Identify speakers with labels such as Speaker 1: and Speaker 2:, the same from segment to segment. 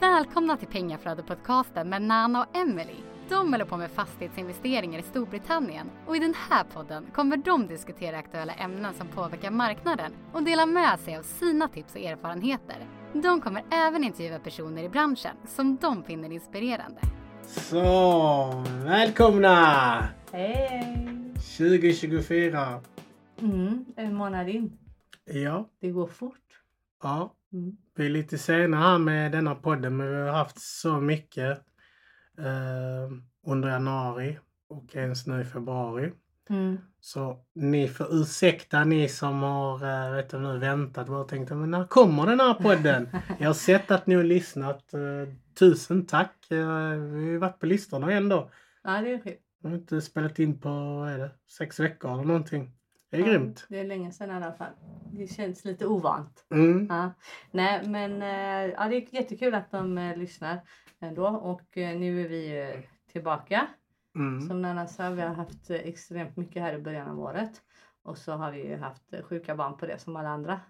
Speaker 1: Välkomna till Pengaflödet-podcasten med Nana och Emily. De håller på med fastighetsinvesteringar i Storbritannien och i den här podden kommer de diskutera aktuella ämnen som påverkar marknaden och dela med sig av sina tips och erfarenheter. De kommer även intervjua personer i branschen som de finner inspirerande.
Speaker 2: Så, välkomna!
Speaker 3: Hej!
Speaker 2: 2024.
Speaker 3: Mm, en månad in.
Speaker 2: Ja,
Speaker 3: Det går fort.
Speaker 2: ja.
Speaker 3: Mm.
Speaker 2: Vi är lite sena här med denna podden men vi har haft så mycket eh, under januari och ens nu i februari.
Speaker 3: Mm.
Speaker 2: Så ni får ursäkta ni som har eh, vet du, nu väntat och tänkt men när kommer den här podden? Jag har sett att ni har lyssnat. Eh, tusen tack! Eh, vi har ju varit på listorna ändå.
Speaker 3: Ja, det är sjukt.
Speaker 2: Vi har inte spelat in på vad är det, sex veckor eller någonting. Det är grymt!
Speaker 3: Ja, Det är länge sedan i alla fall. Det känns lite ovant.
Speaker 2: Mm.
Speaker 3: Ja. Nej, men eh, ja, det är jättekul att de eh, lyssnar ändå. Och eh, nu är vi eh, tillbaka.
Speaker 2: Mm.
Speaker 3: Som Nanna sa, vi har haft eh, extremt mycket här i början av året. Och så har vi ju haft eh, sjuka barn på det som alla andra.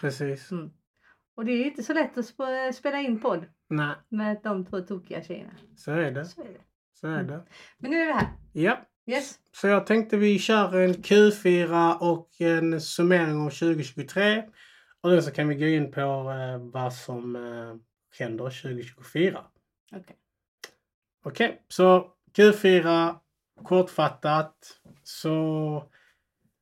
Speaker 2: Precis.
Speaker 3: Mm. Och det är ju inte så lätt att sp- eh, spela in podd
Speaker 2: Nej,
Speaker 3: med de två tokiga tjejerna.
Speaker 2: så är det.
Speaker 3: Så är det.
Speaker 2: Så är det.
Speaker 3: Men nu är vi här.
Speaker 2: Ja,
Speaker 3: Yes.
Speaker 2: så jag tänkte vi kör en Q4 och en summering av 2023. Och sen så kan vi gå in på eh, vad som eh, händer 2024.
Speaker 3: Okej.
Speaker 2: Okej, så Q4 kortfattat. Så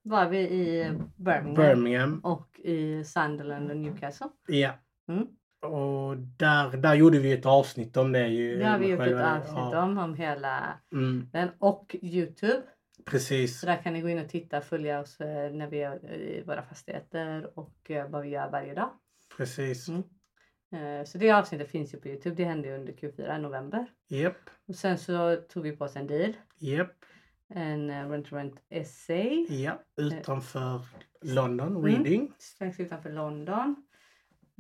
Speaker 3: var vi i Birmingham,
Speaker 2: Birmingham.
Speaker 3: och i Sunderland och Newcastle.
Speaker 2: Ja.
Speaker 3: Mm.
Speaker 2: Och där, där gjorde vi ett avsnitt om det ju.
Speaker 3: Det har vi gjort ett
Speaker 2: Själva-
Speaker 3: avsnitt
Speaker 2: ja.
Speaker 3: om, om hela
Speaker 2: Mm,
Speaker 3: den och Youtube.
Speaker 2: precis.
Speaker 3: Så där kan ni gå in och titta, följa oss eh, när vi är i våra fastigheter och eh, vad vi gör varje dag.
Speaker 2: Precis.
Speaker 3: Mm. Eh, Så det avsnittet finns ju på Youtube. Det hände ju under Q4 i november.
Speaker 2: Japp.
Speaker 3: Och sen så tog vi på oss en deal.
Speaker 2: Japp.
Speaker 3: En eh, rent to rent essay
Speaker 2: Ja,
Speaker 3: Eh.
Speaker 2: utanför
Speaker 3: Mm.
Speaker 2: London, Reading.
Speaker 3: strax utanför London.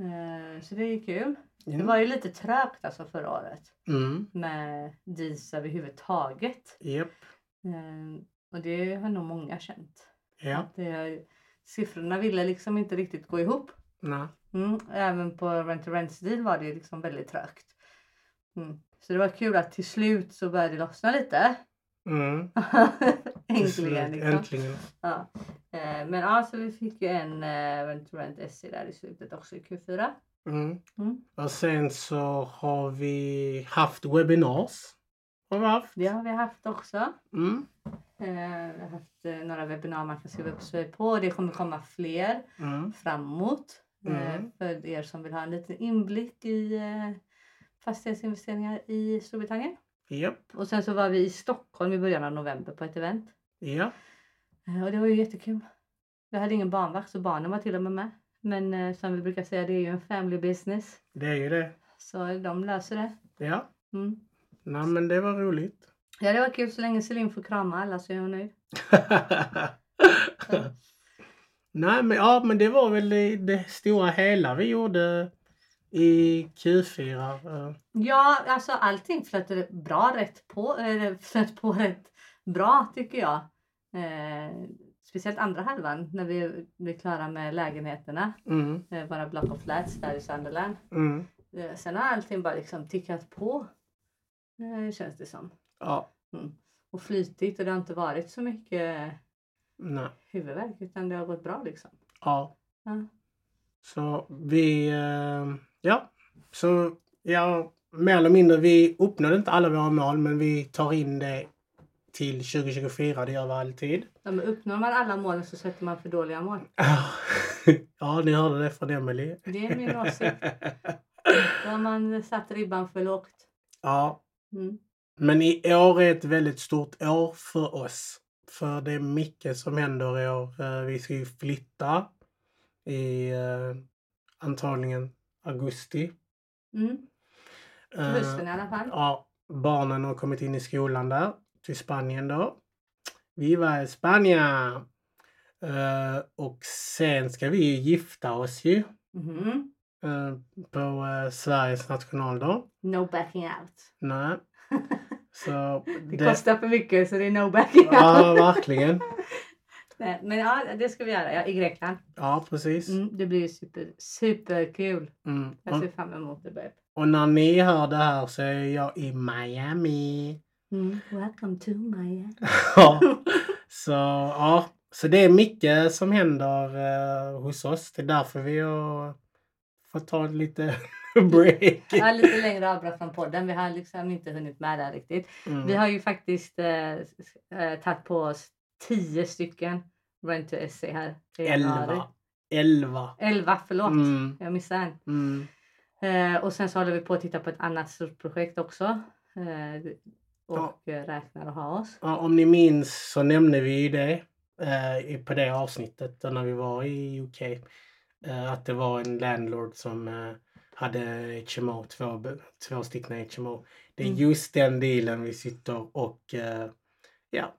Speaker 3: Eh, Så det är ju kul. Det
Speaker 2: Mm.
Speaker 3: var ju lite trögt alltså förra året.
Speaker 2: Mm.
Speaker 3: med DIS överhuvudtaget.
Speaker 2: Japp.
Speaker 3: Eh, Och det har nog många känt.
Speaker 2: Ja.
Speaker 3: Att det, siffrorna ville liksom inte riktigt gå ihop.
Speaker 2: Nej.
Speaker 3: Mm. Även på rent to rent deal var det liksom väldigt trögt. Mm. Så det var kul att till slut så började det lossna lite.
Speaker 2: Mm. Till slut,
Speaker 3: Äntligen liksom.
Speaker 2: Äntligen.
Speaker 3: Ja. Eh, Men ja, så vi fick ju en eh, rent to rent essay där i slutet också i Q4.
Speaker 2: Mm.
Speaker 3: Mm.
Speaker 2: Och sen så har vi haft webinars. Har vi haft.
Speaker 3: Det har vi haft också.
Speaker 2: Mm.
Speaker 3: Eh, Vi har haft eh, några webbinar man kan skriva upp sig på. Det kommer komma fler.
Speaker 2: Mm.
Speaker 3: framåt. eh,
Speaker 2: Mm.
Speaker 3: För er som vill ha en liten inblick i eh, fastighetsinvesteringar i Storbritannien.
Speaker 2: Japp.
Speaker 3: Och sen så var vi i Stockholm i början av november på ett event.
Speaker 2: Ja.
Speaker 3: Eh, Och det var ju jättekul. Vi hade ingen barnvakt så barnen var till och med med. Men eh, som vi brukar säga det är ju en family business.
Speaker 2: Det är ju det.
Speaker 3: Så de löser det.
Speaker 2: Ja.
Speaker 3: Mm.
Speaker 2: Nej men det var roligt.
Speaker 3: Ja det var kul så länge Celine får krama alla så är hon nöjd.
Speaker 2: Nej men ja men det var väl det, det stora hela vi gjorde i Q4. eh.
Speaker 3: Ja alltså allting flöt bra rätt på. Eller flöt på rätt bra tycker jag. Eh, speciellt andra halvan när vi blir klara med lägenheterna.
Speaker 2: Mm.
Speaker 3: Eh, våra block of flats där i Sunderland.
Speaker 2: Mm.
Speaker 3: Eh, sen har allting bara liksom tickat på. Eh, känns det som.
Speaker 2: Ja.
Speaker 3: Och flytit och det har inte varit så mycket
Speaker 2: Nej.
Speaker 3: huvudvärk utan det har gått bra liksom.
Speaker 2: Ja.
Speaker 3: Ja.
Speaker 2: Så vi, eh, ja, så ja, mer eller mindre, vi uppnådde inte alla våra mål men vi tar in det till 2024, det gör vi alltid.
Speaker 3: Ja, men uppnår man alla målen så sätter man för dåliga mål.
Speaker 2: Ja, ni hörde det från Emelie.
Speaker 3: Det är min åsikt. Då har man satt ribban för lågt.
Speaker 2: Ja,
Speaker 3: Mm.
Speaker 2: men i år är ett väldigt stort år för oss. För det är mycket som händer i år. Eh, Vi ska ju flytta i eh, antagligen augusti.
Speaker 3: Mm. Till
Speaker 2: Eh,
Speaker 3: Hösten i alla fall.
Speaker 2: Ja, barnen har kommit in i skolan där, till Spanien då. Vi var i Spanien. Eh, och sen ska vi ju gifta oss ju
Speaker 3: Mhm.
Speaker 2: eh, på eh, Sveriges nationaldag.
Speaker 3: No backing out.
Speaker 2: Nej. Så
Speaker 3: Det,
Speaker 2: det...
Speaker 3: kostar för mycket så det är no backing out.
Speaker 2: Ja, verkligen.
Speaker 3: Nej, men ja, det ska vi göra ja, i Grekland.
Speaker 2: Ja, precis.
Speaker 3: Mm, det blir ju super, superkul.
Speaker 2: Mm.
Speaker 3: Jag
Speaker 2: Och,
Speaker 3: Alltså- ser fram emot det. Babe.
Speaker 2: Och när ni hör det här så är jag i Miami.
Speaker 3: Mm. Welcome to Maja.
Speaker 2: Ja. Så, ja. så det är mycket som händer eh, hos oss. Det är därför vi har fått ta lite break.
Speaker 3: Ja, lite längre avbrott från podden. Vi har liksom inte hunnit med det riktigt.
Speaker 2: Mm.
Speaker 3: Vi har ju faktiskt eh, s- eh, tagit på oss tio stycken Rent to SC här. till januari.
Speaker 2: Elva. Elva.
Speaker 3: Elva, förlåt.
Speaker 2: Mm.
Speaker 3: Jag missade en.
Speaker 2: Mm.
Speaker 3: Eh, och sen så håller vi på att titta på ett annat stort projekt också. Eh, och eh, räknar att ha oss.
Speaker 2: Ja, om ni minns så nämnde vi ju det eh, i- på det avsnittet när vi var i UK. Eh, att det var en landlord som eh, hade HMO, två, b- två stycken HMO. Det är
Speaker 3: Mm.
Speaker 2: just den dealen vi sitter och eh, ja,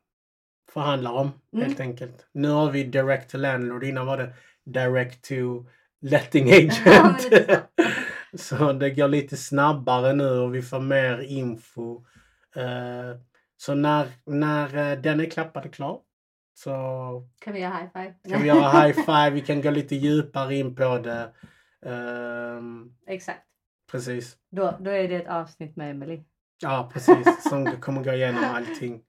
Speaker 2: förhandlar om
Speaker 3: Mm.
Speaker 2: helt enkelt. Nu har vi direct to landlord, innan var det direct to letting agent.
Speaker 3: lite
Speaker 2: så det går lite snabbare nu och vi får mer info. Eh, så när, när eh, den är klappad klar så
Speaker 3: Kan vi göra high five?
Speaker 2: kan vi göra high five, vi kan gå lite djupare in på det. Ehm,
Speaker 3: Exakt.
Speaker 2: precis.
Speaker 3: Då, då är det ett avsnitt med Emily.
Speaker 2: Ja, precis. Som kommer gå igenom allting.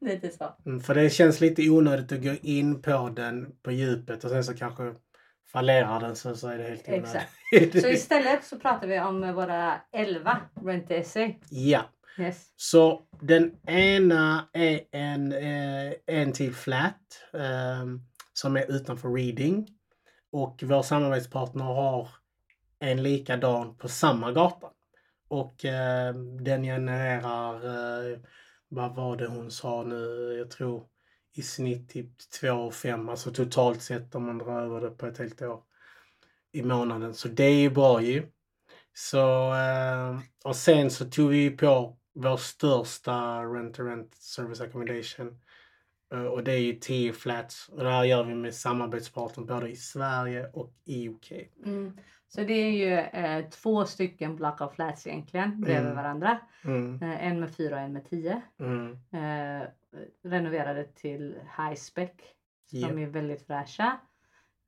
Speaker 3: Lite så.
Speaker 2: Mm, för det känns lite onödigt att gå in på den på djupet och sen så kanske fallerar den så, så är det helt
Speaker 3: Exakt.
Speaker 2: onödigt.
Speaker 3: Så istället så pratar vi om våra 11 Rent to SC.
Speaker 2: ja.
Speaker 3: Yes.
Speaker 2: Så den ena är en, eh, en till flat ehm, som är utanför Reading. Och vår samarbetspartner har en likadan på samma gata. Och eh, den genererar, eh, vad var det hon sa nu, jag tror i snitt typ 2,5, alltså totalt sett om man drar över det på ett helt år i månaden. Så det är ju bra ju. Så, eh, och sen så tog vi på vår största rent-to-rent service accommodation. Eh, Och det är ju 10 flats. Och det här gör vi med samarbetspartner både i Sverige och i UK.
Speaker 3: Mm. Så det är ju eh, två stycken block of flats egentligen bredvid
Speaker 2: Mm.
Speaker 3: varandra.
Speaker 2: Mm,
Speaker 3: Eh, en med fyra och en med tio.
Speaker 2: mm,
Speaker 3: Eh, renoverade till high spec.
Speaker 2: ja.
Speaker 3: De är väldigt fräscha.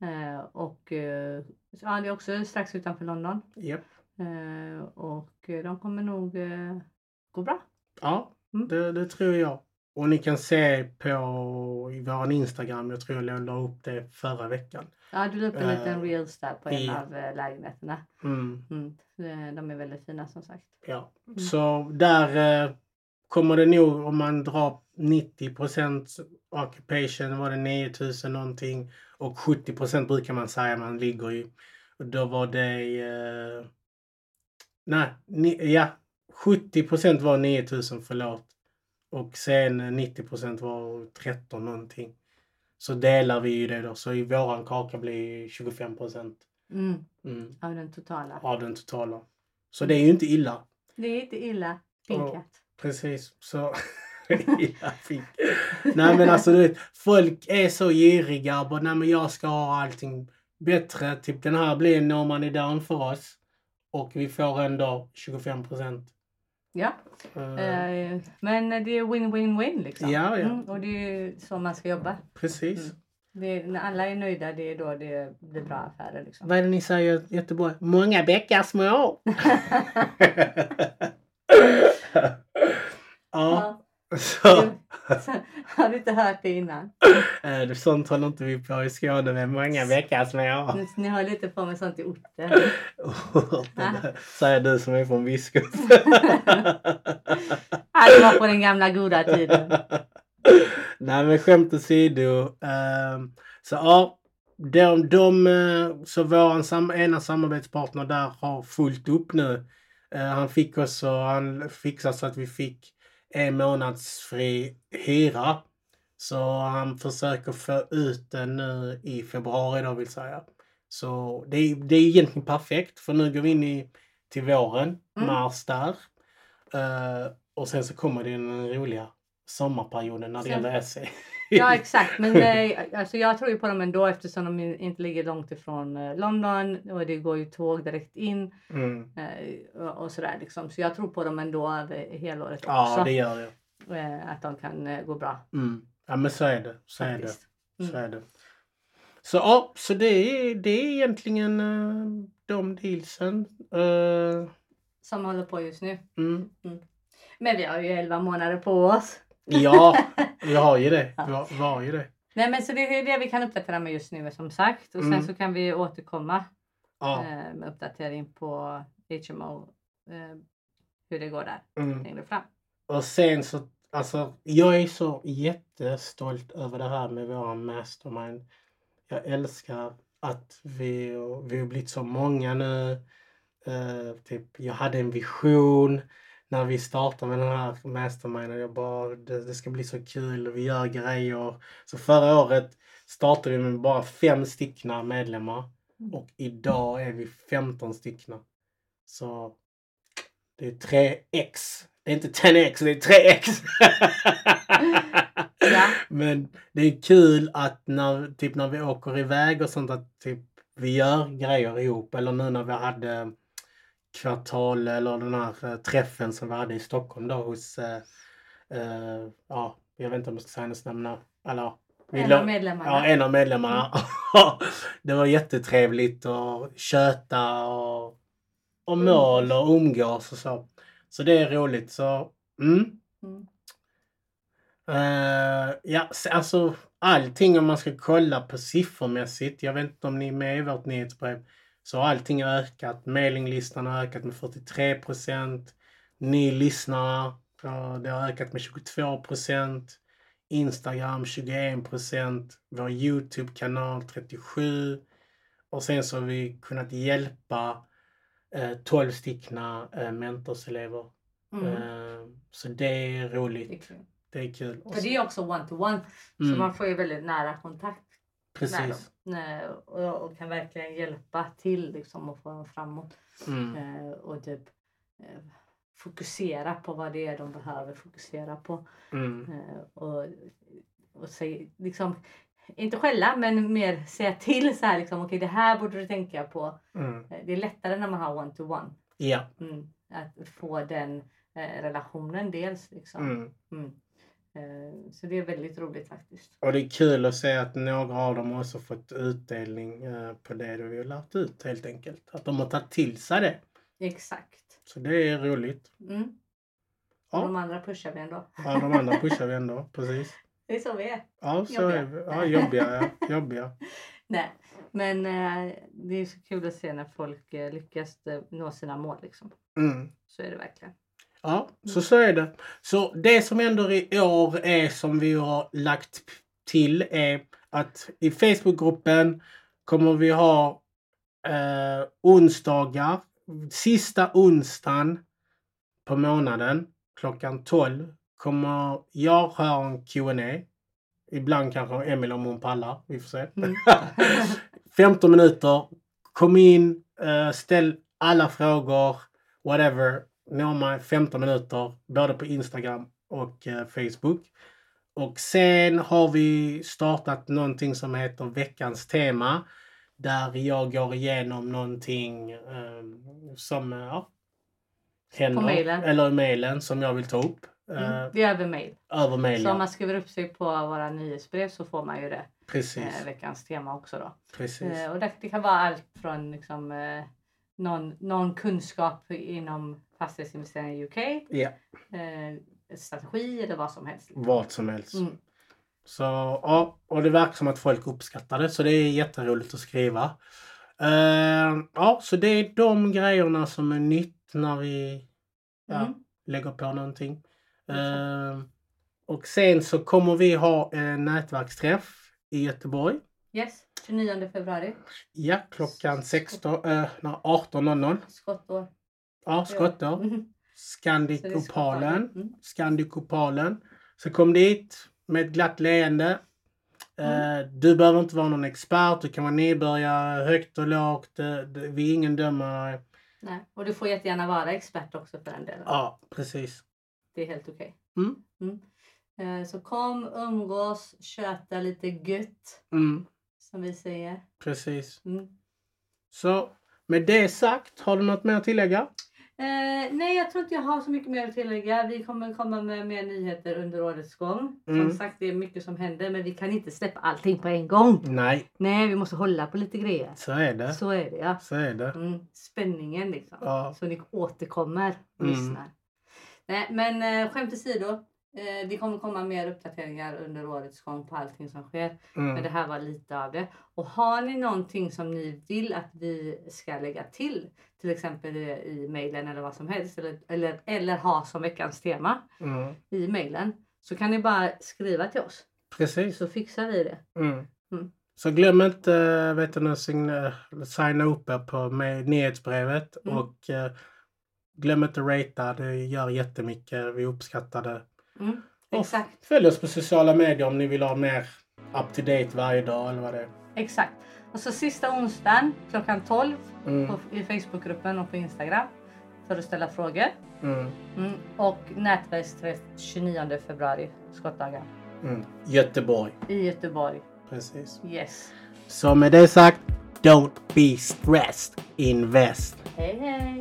Speaker 3: Eh, och eh, ja, det är också strax utanför London.
Speaker 2: Japp.
Speaker 3: Eh, och eh, de kommer nog eh, gå bra.
Speaker 2: Ja,
Speaker 3: Mm.
Speaker 2: det, det tror jag. Och ni kan se på i vår Instagram, jag tror jag la upp det förra veckan.
Speaker 3: Ja, du la upp en liten
Speaker 2: Eh,
Speaker 3: reels där på en
Speaker 2: ja.
Speaker 3: av eh, lägenheterna.
Speaker 2: Mm,
Speaker 3: Mm. Eh, De är väldigt fina som sagt.
Speaker 2: ja.
Speaker 3: Mm.
Speaker 2: Så där eh, kommer det nog, om man drar 90 occupation, var det 9000 någonting. Och 70 brukar man säga man ligger i. Och då var det... Eh, nej, ni, ja. 70 var 9000, förlåt. Och sen eh, 90 var 13 någonting. Så delar vi ju det då. Så i våran kaka blir 25
Speaker 3: Mm.
Speaker 2: mm,
Speaker 3: Av den totala.
Speaker 2: av den totala. Så det är ju inte illa.
Speaker 3: Det är inte illa pinkat.
Speaker 2: Precis. Så... illa fick. Nej men alltså du vet, folk är så giriga. Bara, Nej men jag ska ha allting bättre. Typ den här blir no money down för oss. Och vi får ändå 25 procent.
Speaker 3: Ja. Eh, men det är win-win-win liksom.
Speaker 2: Ja, ja.
Speaker 3: Mm, och det är ju så man ska jobba.
Speaker 2: precis.
Speaker 3: mm. Det är, när alla är nöjda, det är då det blir bra affärer. Liksom.
Speaker 2: Vad är det ni säger i Göteborg? Många bäckar små. ja, så.
Speaker 3: Har du inte hört det innan?
Speaker 2: eh, Sånt håller inte vi på i Skåne med. Många bäckar små.
Speaker 3: Ni, ni har lite på med sånt i orten.
Speaker 2: Säger du som är från Viskus.
Speaker 3: Ah, det var på den gamla goda tiden.
Speaker 2: Nej men skämt åsido. ehm, så ja, de, de, eh, så vår sam, ena samarbetspartner där har fullt upp nu. Eh, han fick oss så han fixade så att vi fick en månads fri hyra. Så han försöker få ut den nu i februari då vill säga. Så det, är- det är egentligen perfekt för nu går vi in i, till våren,
Speaker 3: Mm.
Speaker 2: mars där. Eh, och sen så kommer den roliga sommarperioden när det
Speaker 3: Sen-
Speaker 2: gäller SE.
Speaker 3: Ja exakt, men eh, alltså, jag tror ju på dem ändå eftersom de inte ligger långt ifrån eh, London och det går ju tåg direkt in
Speaker 2: mm.
Speaker 3: eh, och, och sådär liksom. Så jag tror på dem ändå över hela året
Speaker 2: Ja,
Speaker 3: också.
Speaker 2: det gör jag.
Speaker 3: eh, Att de kan eh, gå bra
Speaker 2: Mm. Ja, men så är det. Så är det.
Speaker 3: faktiskt.
Speaker 2: Så är det. Så, ja, så det, är, det är egentligen eh, de dealsen. Eh,
Speaker 3: som håller på just nu.
Speaker 2: Mm.
Speaker 3: Men vi har ju 11 månader på oss.
Speaker 2: Ja, vi har ju det. Vi har, vi har ju det.
Speaker 3: Nej men så det är det vi kan uppdatera med just nu som sagt. Och sen
Speaker 2: Mm.
Speaker 3: så kan vi återkomma
Speaker 2: Ja.
Speaker 3: eh, med uppdatering på HMO. Eh, hur det går där
Speaker 2: Mm.
Speaker 3: längre fram.
Speaker 2: Och sen så, alltså jag är så jättestolt över det här med vår mastermind. Jag älskar att vi, vi har blivit så många nu. Eh, typ, jag hade en vision när vi startade med den här masterminden. Jag bara, det, det ska bli så kul och vi gör grejer. Så förra året startade vi med bara fem styckna medlemmar och idag är vi 15 styckna. Så det är 3x. Det är inte 10x, det är 3x.
Speaker 3: Ja.
Speaker 2: Men det är kul att när, typ när vi åker iväg och sånt att typ vi gör grejer ihop. Eller nu när vi hade kvartal eller den här eh, träffen som vi hade i Stockholm då hos, eh, eh, ja, jag vet inte om jag ska säga hennes namn nu. Eller, vi
Speaker 3: En
Speaker 2: lå-
Speaker 3: av medlemmarna.
Speaker 2: Ja, en av medlemmarna. det var jättetrevligt att köta och, och
Speaker 3: Mm.
Speaker 2: mål och umgås och så. Så det är roligt. Så, mm.
Speaker 3: Mm.
Speaker 2: Eh, ja, s- alltså allting om man ska kolla på siffrmässigt. Jag vet inte om ni är med i vårt nyhetsbrev. Så har allting ökat. Mailinglistan har ökat med 43 procent. Ny lyssnare, eh, det har ökat med 22 procent. Instagram 21 procent. Vår Youtube-kanal 37. Och sen så har vi kunnat hjälpa eh, 12 styckna eh, mentorselever.
Speaker 3: Mm.
Speaker 2: Eh, så det är
Speaker 3: Det är
Speaker 2: roligt.
Speaker 3: kul.
Speaker 2: Det är kul. Och
Speaker 3: För det är också one to one.
Speaker 2: Mm.
Speaker 3: Så man får ju väldigt nära kontakt med dem.
Speaker 2: Precis.
Speaker 3: Eh, Och, och kan verkligen hjälpa till liksom och få dem framåt.
Speaker 2: Mm.
Speaker 3: Eh, Och typ eh, fokusera på vad det är de behöver fokusera på.
Speaker 2: Mm.
Speaker 3: Eh, och, och säg, liksom, inte skälla men mer säga till så här liksom, okej det här borde du tänka på.
Speaker 2: Mm.
Speaker 3: Eh, Det är lättare när man har one to one.
Speaker 2: Ja.
Speaker 3: Mm. Att få den eh, relationen dels liksom.
Speaker 2: Mm.
Speaker 3: Mm. Eh, så det är väldigt roligt faktiskt.
Speaker 2: Och det är kul att se att några av dem har också fått utdelning eh, på det vi har lärt ut helt enkelt. Att de har tagit till sig det.
Speaker 3: Exakt.
Speaker 2: Så det är roligt.
Speaker 3: Mm. Och de
Speaker 2: Ja,
Speaker 3: andra pushar vi ändå.
Speaker 2: ja de andra pushar vi ändå. Precis.
Speaker 3: Det är så vi är.
Speaker 2: Ja, så
Speaker 3: Jobbiga.
Speaker 2: är vi. Ja, jobbiga. Ja. jobbiga.
Speaker 3: Nej. Men eh, det är så kul att se när folk eh, lyckas eh, nå sina mål liksom.
Speaker 2: Mm.
Speaker 3: Så är det verkligen.
Speaker 2: Ja,
Speaker 3: Mm.
Speaker 2: så så är det. Så det som händer i år är som vi har lagt p- till är att i Facebookgruppen kommer vi ha eh, onsdagar, sista onsdagen på månaden klockan 12 kommer jag ha en Q&A. Ibland kanske Emil om hon pallar, vi får se.
Speaker 3: Mm.
Speaker 2: 15 minuter. Kom in, eh, ställ alla frågor, whatever. Nå mig 15 minuter, både på Instagram och eh, Facebook. Och sen har vi startat någonting som heter veckans tema. Där jag går igenom någonting eh, som eh, ja, händer.
Speaker 3: På mailen.
Speaker 2: Eller i mailen som jag vill ta upp. eh,
Speaker 3: Mm. Det är över mail.
Speaker 2: Över mailen.
Speaker 3: Så om man skriver upp sig på våra nyhetsbrev så får man ju det.
Speaker 2: Precis.
Speaker 3: Eh, veckans tema också då.
Speaker 2: precis.
Speaker 3: Eh, och det, det kan vara allt från liksom, eh, någon, någon kunskap inom fastighetsinvesteringar i UK,
Speaker 2: Ja,
Speaker 3: eh, strategi eller vad som helst.
Speaker 2: vad som helst.
Speaker 3: Mm.
Speaker 2: Så, ja, och det verkar som att folk uppskattar det, så det är jätteroligt att skriva. Eh, ja, så det är de grejerna som är nytt när vi ja,
Speaker 3: Mm.
Speaker 2: lägger på någonting.
Speaker 3: Exakt.
Speaker 2: Eh, och sen så kommer vi ha en nätverksträff i Göteborg.
Speaker 3: Yes, 29 februari,
Speaker 2: Ja, klockan 16, eh, nej, 18.00.
Speaker 3: skottår.
Speaker 2: Ja, skottår.
Speaker 3: Mm.
Speaker 2: Scandic
Speaker 3: Så det är
Speaker 2: Opalen.
Speaker 3: skottår. Mm.
Speaker 2: Scandicopalen. Så kom dit med ett glatt leende. Eh, Du behöver inte vara någon expert, du kan vara nybörjare, högt och lågt. Det- det- Vi är ingen dömare.
Speaker 3: Nej. Och du får jättegärna vara expert också för den delen.
Speaker 2: Ja, precis.
Speaker 3: Det är helt okej.
Speaker 2: Mm.
Speaker 3: Eh, så kom, umgås, köta lite gött
Speaker 2: Mm,
Speaker 3: som vi säger.
Speaker 2: precis.
Speaker 3: Mm.
Speaker 2: Så med det sagt, har du något mer att tillägga?
Speaker 3: Eh, Eh, nej, jag tror inte jag har så mycket mer att tillägga. Vi kommer komma med mer nyheter under årets gång.
Speaker 2: Mm.
Speaker 3: Som sagt, det är mycket som händer, men vi kan inte släppa allting på en gång.
Speaker 2: Nej,
Speaker 3: Nej, vi måste hålla på lite grejer.
Speaker 2: så är det.
Speaker 3: Så är det ja.
Speaker 2: Så är det.
Speaker 3: Mm. Spänningen liksom.
Speaker 2: Ja.
Speaker 3: Så ni återkommer och
Speaker 2: Mm.
Speaker 3: lyssnar. Nej, men eh, skämt åsido. Eh, det kommer komma mer uppdateringar under årets gång på allting som sker. Men det
Speaker 2: Mm.
Speaker 3: här var lite av det. Och har ni någonting som ni vill att vi ska lägga till, till exempel i, i mejlen eller vad som helst, eller, eller, eller ha som veckans tema
Speaker 2: Mm.
Speaker 3: i mejlen, så kan ni bara skriva till oss
Speaker 2: Precis.
Speaker 3: så fixar vi det.
Speaker 2: Mm.
Speaker 3: Mm.
Speaker 2: Så glöm inte eh, vet du, nu, signa, signa upp er på med nyhetsbrevet
Speaker 3: Mm.
Speaker 2: och eh, glöm inte ratea. Det gör jättemycket. Vi uppskattar det.
Speaker 3: Mm,
Speaker 2: Och
Speaker 3: exakt,
Speaker 2: Följ oss på sociala medier om ni vill ha mer up to date varje dag eller vad det är.
Speaker 3: exakt. Och så sista onsdagen klockan 12
Speaker 2: Mm.
Speaker 3: på, i Facebookgruppen och på Instagram för att ställa frågor.
Speaker 2: Mm.
Speaker 3: Mm, och nätverksträff 29 februari, skottdagen,
Speaker 2: Mm. Göteborg.
Speaker 3: i Göteborg.
Speaker 2: Precis.
Speaker 3: Yes.
Speaker 2: Så med det sagt, don't be stressed. Invest.
Speaker 3: Hej hej!